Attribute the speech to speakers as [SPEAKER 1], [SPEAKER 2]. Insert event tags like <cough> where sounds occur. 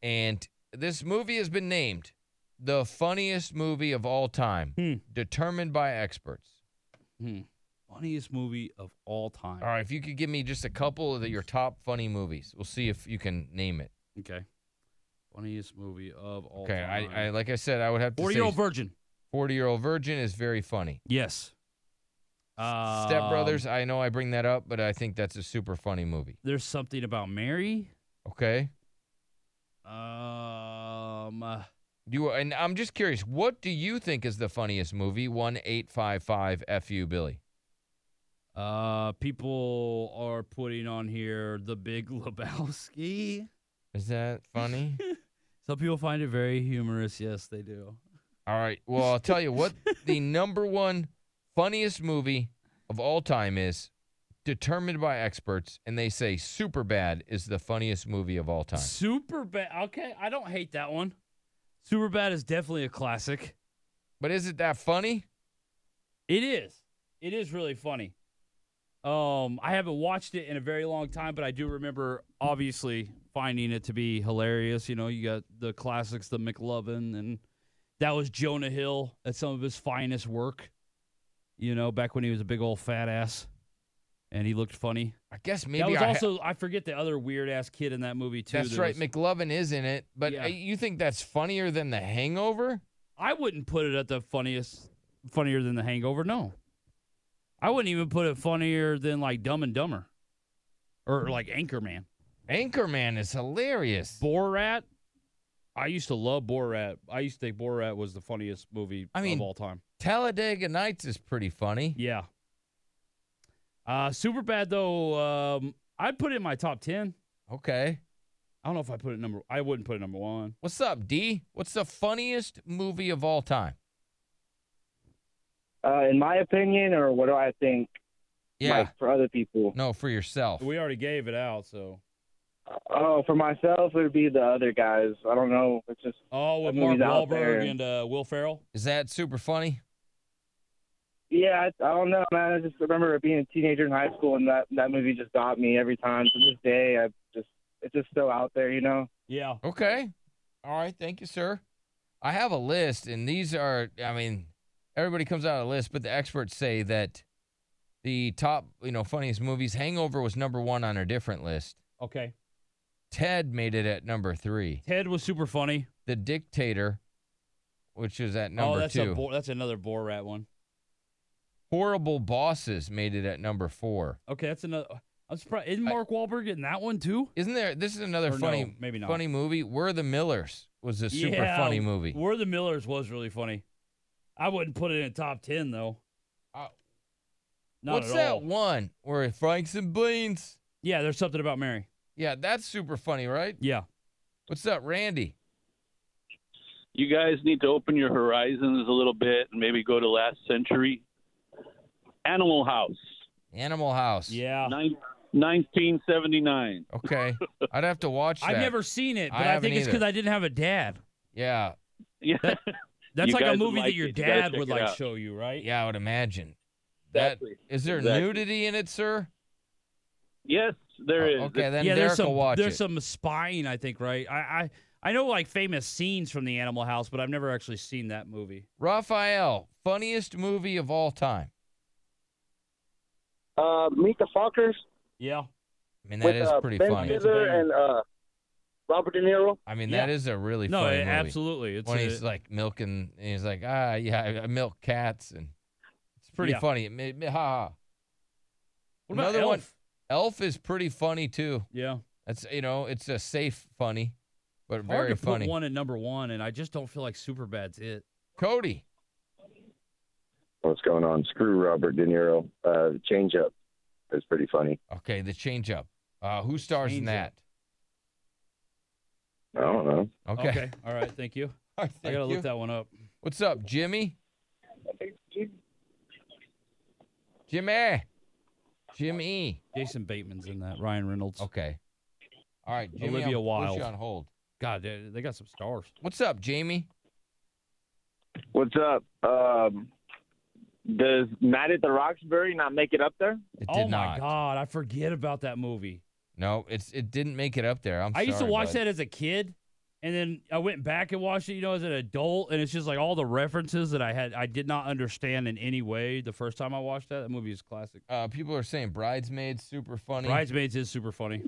[SPEAKER 1] And this movie has been named the funniest movie of all time,
[SPEAKER 2] Hmm.
[SPEAKER 1] determined by experts.
[SPEAKER 2] Hmm. Funniest movie of all time.
[SPEAKER 1] All right, if you could give me just a couple of the, your top funny movies, we'll see if you can name it.
[SPEAKER 2] Okay. Funniest movie of all
[SPEAKER 1] Okay,
[SPEAKER 2] time.
[SPEAKER 1] I, I like I said, I would have to
[SPEAKER 2] Forty
[SPEAKER 1] say
[SPEAKER 2] year old virgin.
[SPEAKER 1] Forty Year Old Virgin is very funny.
[SPEAKER 2] Yes. Uh,
[SPEAKER 1] Step Brothers, I know I bring that up, but I think that's a super funny movie.
[SPEAKER 2] There's something about Mary.
[SPEAKER 1] Okay,
[SPEAKER 2] Um. uh,
[SPEAKER 1] you and I'm just curious, what do you think is the funniest movie? One eight five five fu Billy.
[SPEAKER 2] Uh, people are putting on here the Big <laughs> Lebowski.
[SPEAKER 1] Is that funny?
[SPEAKER 2] Some people find it very humorous. Yes, they do.
[SPEAKER 1] all right. Well, I'll tell you
[SPEAKER 2] <laughs>
[SPEAKER 1] what the number one funniest movie of all time is, determined by experts, and they say Superbad is the funniest movie of all time.
[SPEAKER 2] Super bad. Okay, I don't hate that one. Super bad is definitely a classic.
[SPEAKER 1] But is it that funny?
[SPEAKER 2] It is. It is really funny. Um, I haven't watched it in a very long time, but I do remember obviously finding it to be hilarious. You know, you got the classics, the McLovin, and that was Jonah Hill at some of his finest work. You know, back when he was a big old fat ass, and he looked funny.
[SPEAKER 1] I guess maybe
[SPEAKER 2] that was
[SPEAKER 1] I ha-
[SPEAKER 2] also I forget the other weird ass kid in that movie too.
[SPEAKER 1] That's
[SPEAKER 2] that
[SPEAKER 1] right.
[SPEAKER 2] was-
[SPEAKER 1] McLovin is in it, but
[SPEAKER 2] Yeah.
[SPEAKER 1] uh, you think that's funnier than The Hangover?
[SPEAKER 2] I wouldn't put it at the funniest, funnier than The Hangover. No, I wouldn't even put it funnier than like Dumb and Dumber, or like Anchorman.
[SPEAKER 1] Anchorman is hilarious.
[SPEAKER 2] Borat. I used to love Borat. I used to think Borat was the funniest movie
[SPEAKER 1] I mean-
[SPEAKER 2] of all time.
[SPEAKER 1] Talladega Nights is pretty funny.
[SPEAKER 2] Yeah. Uh, super bad though. Um, I'd put it in my top ten.
[SPEAKER 1] Okay.
[SPEAKER 2] I don't know if I put it number. I wouldn't put it number one.
[SPEAKER 1] What's up, D? What's the funniest movie of all time?
[SPEAKER 3] Uh, in my opinion, or what do I think?
[SPEAKER 1] Yeah.
[SPEAKER 3] Like for other people.
[SPEAKER 1] No, for yourself.
[SPEAKER 2] We already gave it out, so.
[SPEAKER 3] Oh, for myself, it would be the other guys. I don't know. It's just
[SPEAKER 2] Oh, with
[SPEAKER 3] That
[SPEAKER 2] Mark
[SPEAKER 3] movie's out there.
[SPEAKER 2] Wahlberg and uh, Will Ferrell.
[SPEAKER 1] Is that super funny?
[SPEAKER 3] yeah, I, I don't know, man. I just remember being a teenager in high school, and that that movie just got me every time. To this day, I just it's just so out there, you know.
[SPEAKER 2] Yeah.
[SPEAKER 1] Okay. All right. Thank you, sir. I have a list, and these are, I mean, everybody comes out of a list, but the experts say that the top, you know, funniest movies, Hangover was number one on a different list.
[SPEAKER 2] Okay.
[SPEAKER 1] Ted made it at number three.
[SPEAKER 2] Ted was super funny.
[SPEAKER 1] The Dictator, which is at number
[SPEAKER 2] oh, that's
[SPEAKER 1] two.
[SPEAKER 2] A bo- that's another Borat one.
[SPEAKER 1] Horrible Bosses made it at number four.
[SPEAKER 2] Okay, that's another. I'm surprised. Isn't Mark Wahlberg in that one too?
[SPEAKER 1] Isn't there? This is another
[SPEAKER 2] Or
[SPEAKER 1] funny,
[SPEAKER 2] no, maybe not.
[SPEAKER 1] funny movie. We're the Millers was a super
[SPEAKER 2] Yeah,
[SPEAKER 1] funny movie.
[SPEAKER 2] Where the Millers was really funny. I wouldn't put it in the top ten though.
[SPEAKER 1] Uh,
[SPEAKER 2] Not
[SPEAKER 1] What's
[SPEAKER 2] at
[SPEAKER 1] that
[SPEAKER 2] all.
[SPEAKER 1] one where Franks and Beans?
[SPEAKER 2] Yeah, there's something about Mary.
[SPEAKER 1] Yeah, that's super funny, right?
[SPEAKER 2] Yeah.
[SPEAKER 1] What's up, Randy?
[SPEAKER 4] you guys need to open your horizons a little bit and maybe go to last century. Animal House,
[SPEAKER 1] Animal House.
[SPEAKER 2] Yeah.
[SPEAKER 4] nine, <laughs> 1979.
[SPEAKER 2] <laughs>
[SPEAKER 1] Okay. I'd have to watch that.
[SPEAKER 2] I've never seen it,
[SPEAKER 1] I
[SPEAKER 2] but I,
[SPEAKER 1] haven't
[SPEAKER 2] think it's because
[SPEAKER 1] either.
[SPEAKER 2] I didn't have a dad.
[SPEAKER 1] Yeah.
[SPEAKER 4] Yeah,
[SPEAKER 2] That's
[SPEAKER 4] You
[SPEAKER 2] like a
[SPEAKER 4] guys would
[SPEAKER 2] movie that
[SPEAKER 4] like
[SPEAKER 2] your
[SPEAKER 4] it. You gotta
[SPEAKER 2] dad
[SPEAKER 4] check
[SPEAKER 2] would
[SPEAKER 4] it
[SPEAKER 2] like
[SPEAKER 4] out.
[SPEAKER 2] show you, right?
[SPEAKER 1] Yeah, I would imagine. That
[SPEAKER 4] exactly.
[SPEAKER 1] is there
[SPEAKER 4] Exactly.
[SPEAKER 1] nudity in it, sir?
[SPEAKER 4] Yes, there is.
[SPEAKER 1] Oh, Okay, then
[SPEAKER 2] yeah,
[SPEAKER 1] Derek
[SPEAKER 2] there's some
[SPEAKER 1] will watch
[SPEAKER 2] there's
[SPEAKER 1] it.
[SPEAKER 2] some spying, I think, right? I, I I know like famous scenes from the Animal House, but I've never actually seen that movie.
[SPEAKER 1] Raphael, funniest movie of all time.
[SPEAKER 3] Uh, Meet the Fockers
[SPEAKER 2] Yeah.
[SPEAKER 1] I mean, that is
[SPEAKER 2] uh,
[SPEAKER 1] pretty funny.
[SPEAKER 2] Stiller It's a banger. and,
[SPEAKER 3] uh, Robert De Niro.
[SPEAKER 1] I mean,
[SPEAKER 2] Yeah.
[SPEAKER 1] that is a really
[SPEAKER 2] No,
[SPEAKER 1] funny
[SPEAKER 2] it-
[SPEAKER 1] movie.
[SPEAKER 2] absolutely. It's
[SPEAKER 1] When
[SPEAKER 2] a-
[SPEAKER 1] he's like milking, and he's like, ah, yeah, I, I milk cats, and it's pretty
[SPEAKER 2] Yeah.
[SPEAKER 1] funny. It made me, ha. ha.
[SPEAKER 2] What about
[SPEAKER 1] another
[SPEAKER 2] Elf?
[SPEAKER 1] one- Elf is pretty funny too.
[SPEAKER 2] Yeah,
[SPEAKER 1] That's you know, it's a safe funny, but
[SPEAKER 2] hard
[SPEAKER 1] very
[SPEAKER 2] to
[SPEAKER 1] funny.
[SPEAKER 2] put one at number one, and I just don't feel like Superbad's it.
[SPEAKER 1] Cody,
[SPEAKER 5] what's going on. Screw Robert De Niro. Uh, change up is pretty funny.
[SPEAKER 1] okay, the change up. Uh, who stars in
[SPEAKER 2] Change Up.
[SPEAKER 1] that?
[SPEAKER 5] I don't know.
[SPEAKER 1] Okay,
[SPEAKER 2] all right, thank you.
[SPEAKER 1] <laughs> All right,
[SPEAKER 2] I
[SPEAKER 1] thank
[SPEAKER 2] gotta
[SPEAKER 1] you.
[SPEAKER 2] look that one up.
[SPEAKER 1] What's up, Jimmy? Jimmy, Jimmy.
[SPEAKER 2] Jason Bateman's in that. Ryan Reynolds.
[SPEAKER 1] Okay. All right, Jimmy.
[SPEAKER 2] Olivia
[SPEAKER 1] I'm, Put
[SPEAKER 2] Wilde.
[SPEAKER 1] you on hold.
[SPEAKER 2] God, they, they got some stars.
[SPEAKER 1] What's up, Jamie?
[SPEAKER 5] What's up? Um, does Night at the Roxbury not make it up there?
[SPEAKER 1] It
[SPEAKER 2] oh
[SPEAKER 1] did
[SPEAKER 2] my
[SPEAKER 1] not.
[SPEAKER 2] God, I forget about that movie.
[SPEAKER 1] No, it's it didn't make it up there. I'm
[SPEAKER 2] i used to
[SPEAKER 1] sorry,
[SPEAKER 2] watch
[SPEAKER 1] bud.
[SPEAKER 2] that as a kid, And then I went back and watched it, you know, as an adult, and it's just like all the references that I had, I did not understand in any way the first time I watched that. That movie is classic.
[SPEAKER 1] Uh, people are saying Bridesmaids super funny.
[SPEAKER 2] Bridesmaids is super funny.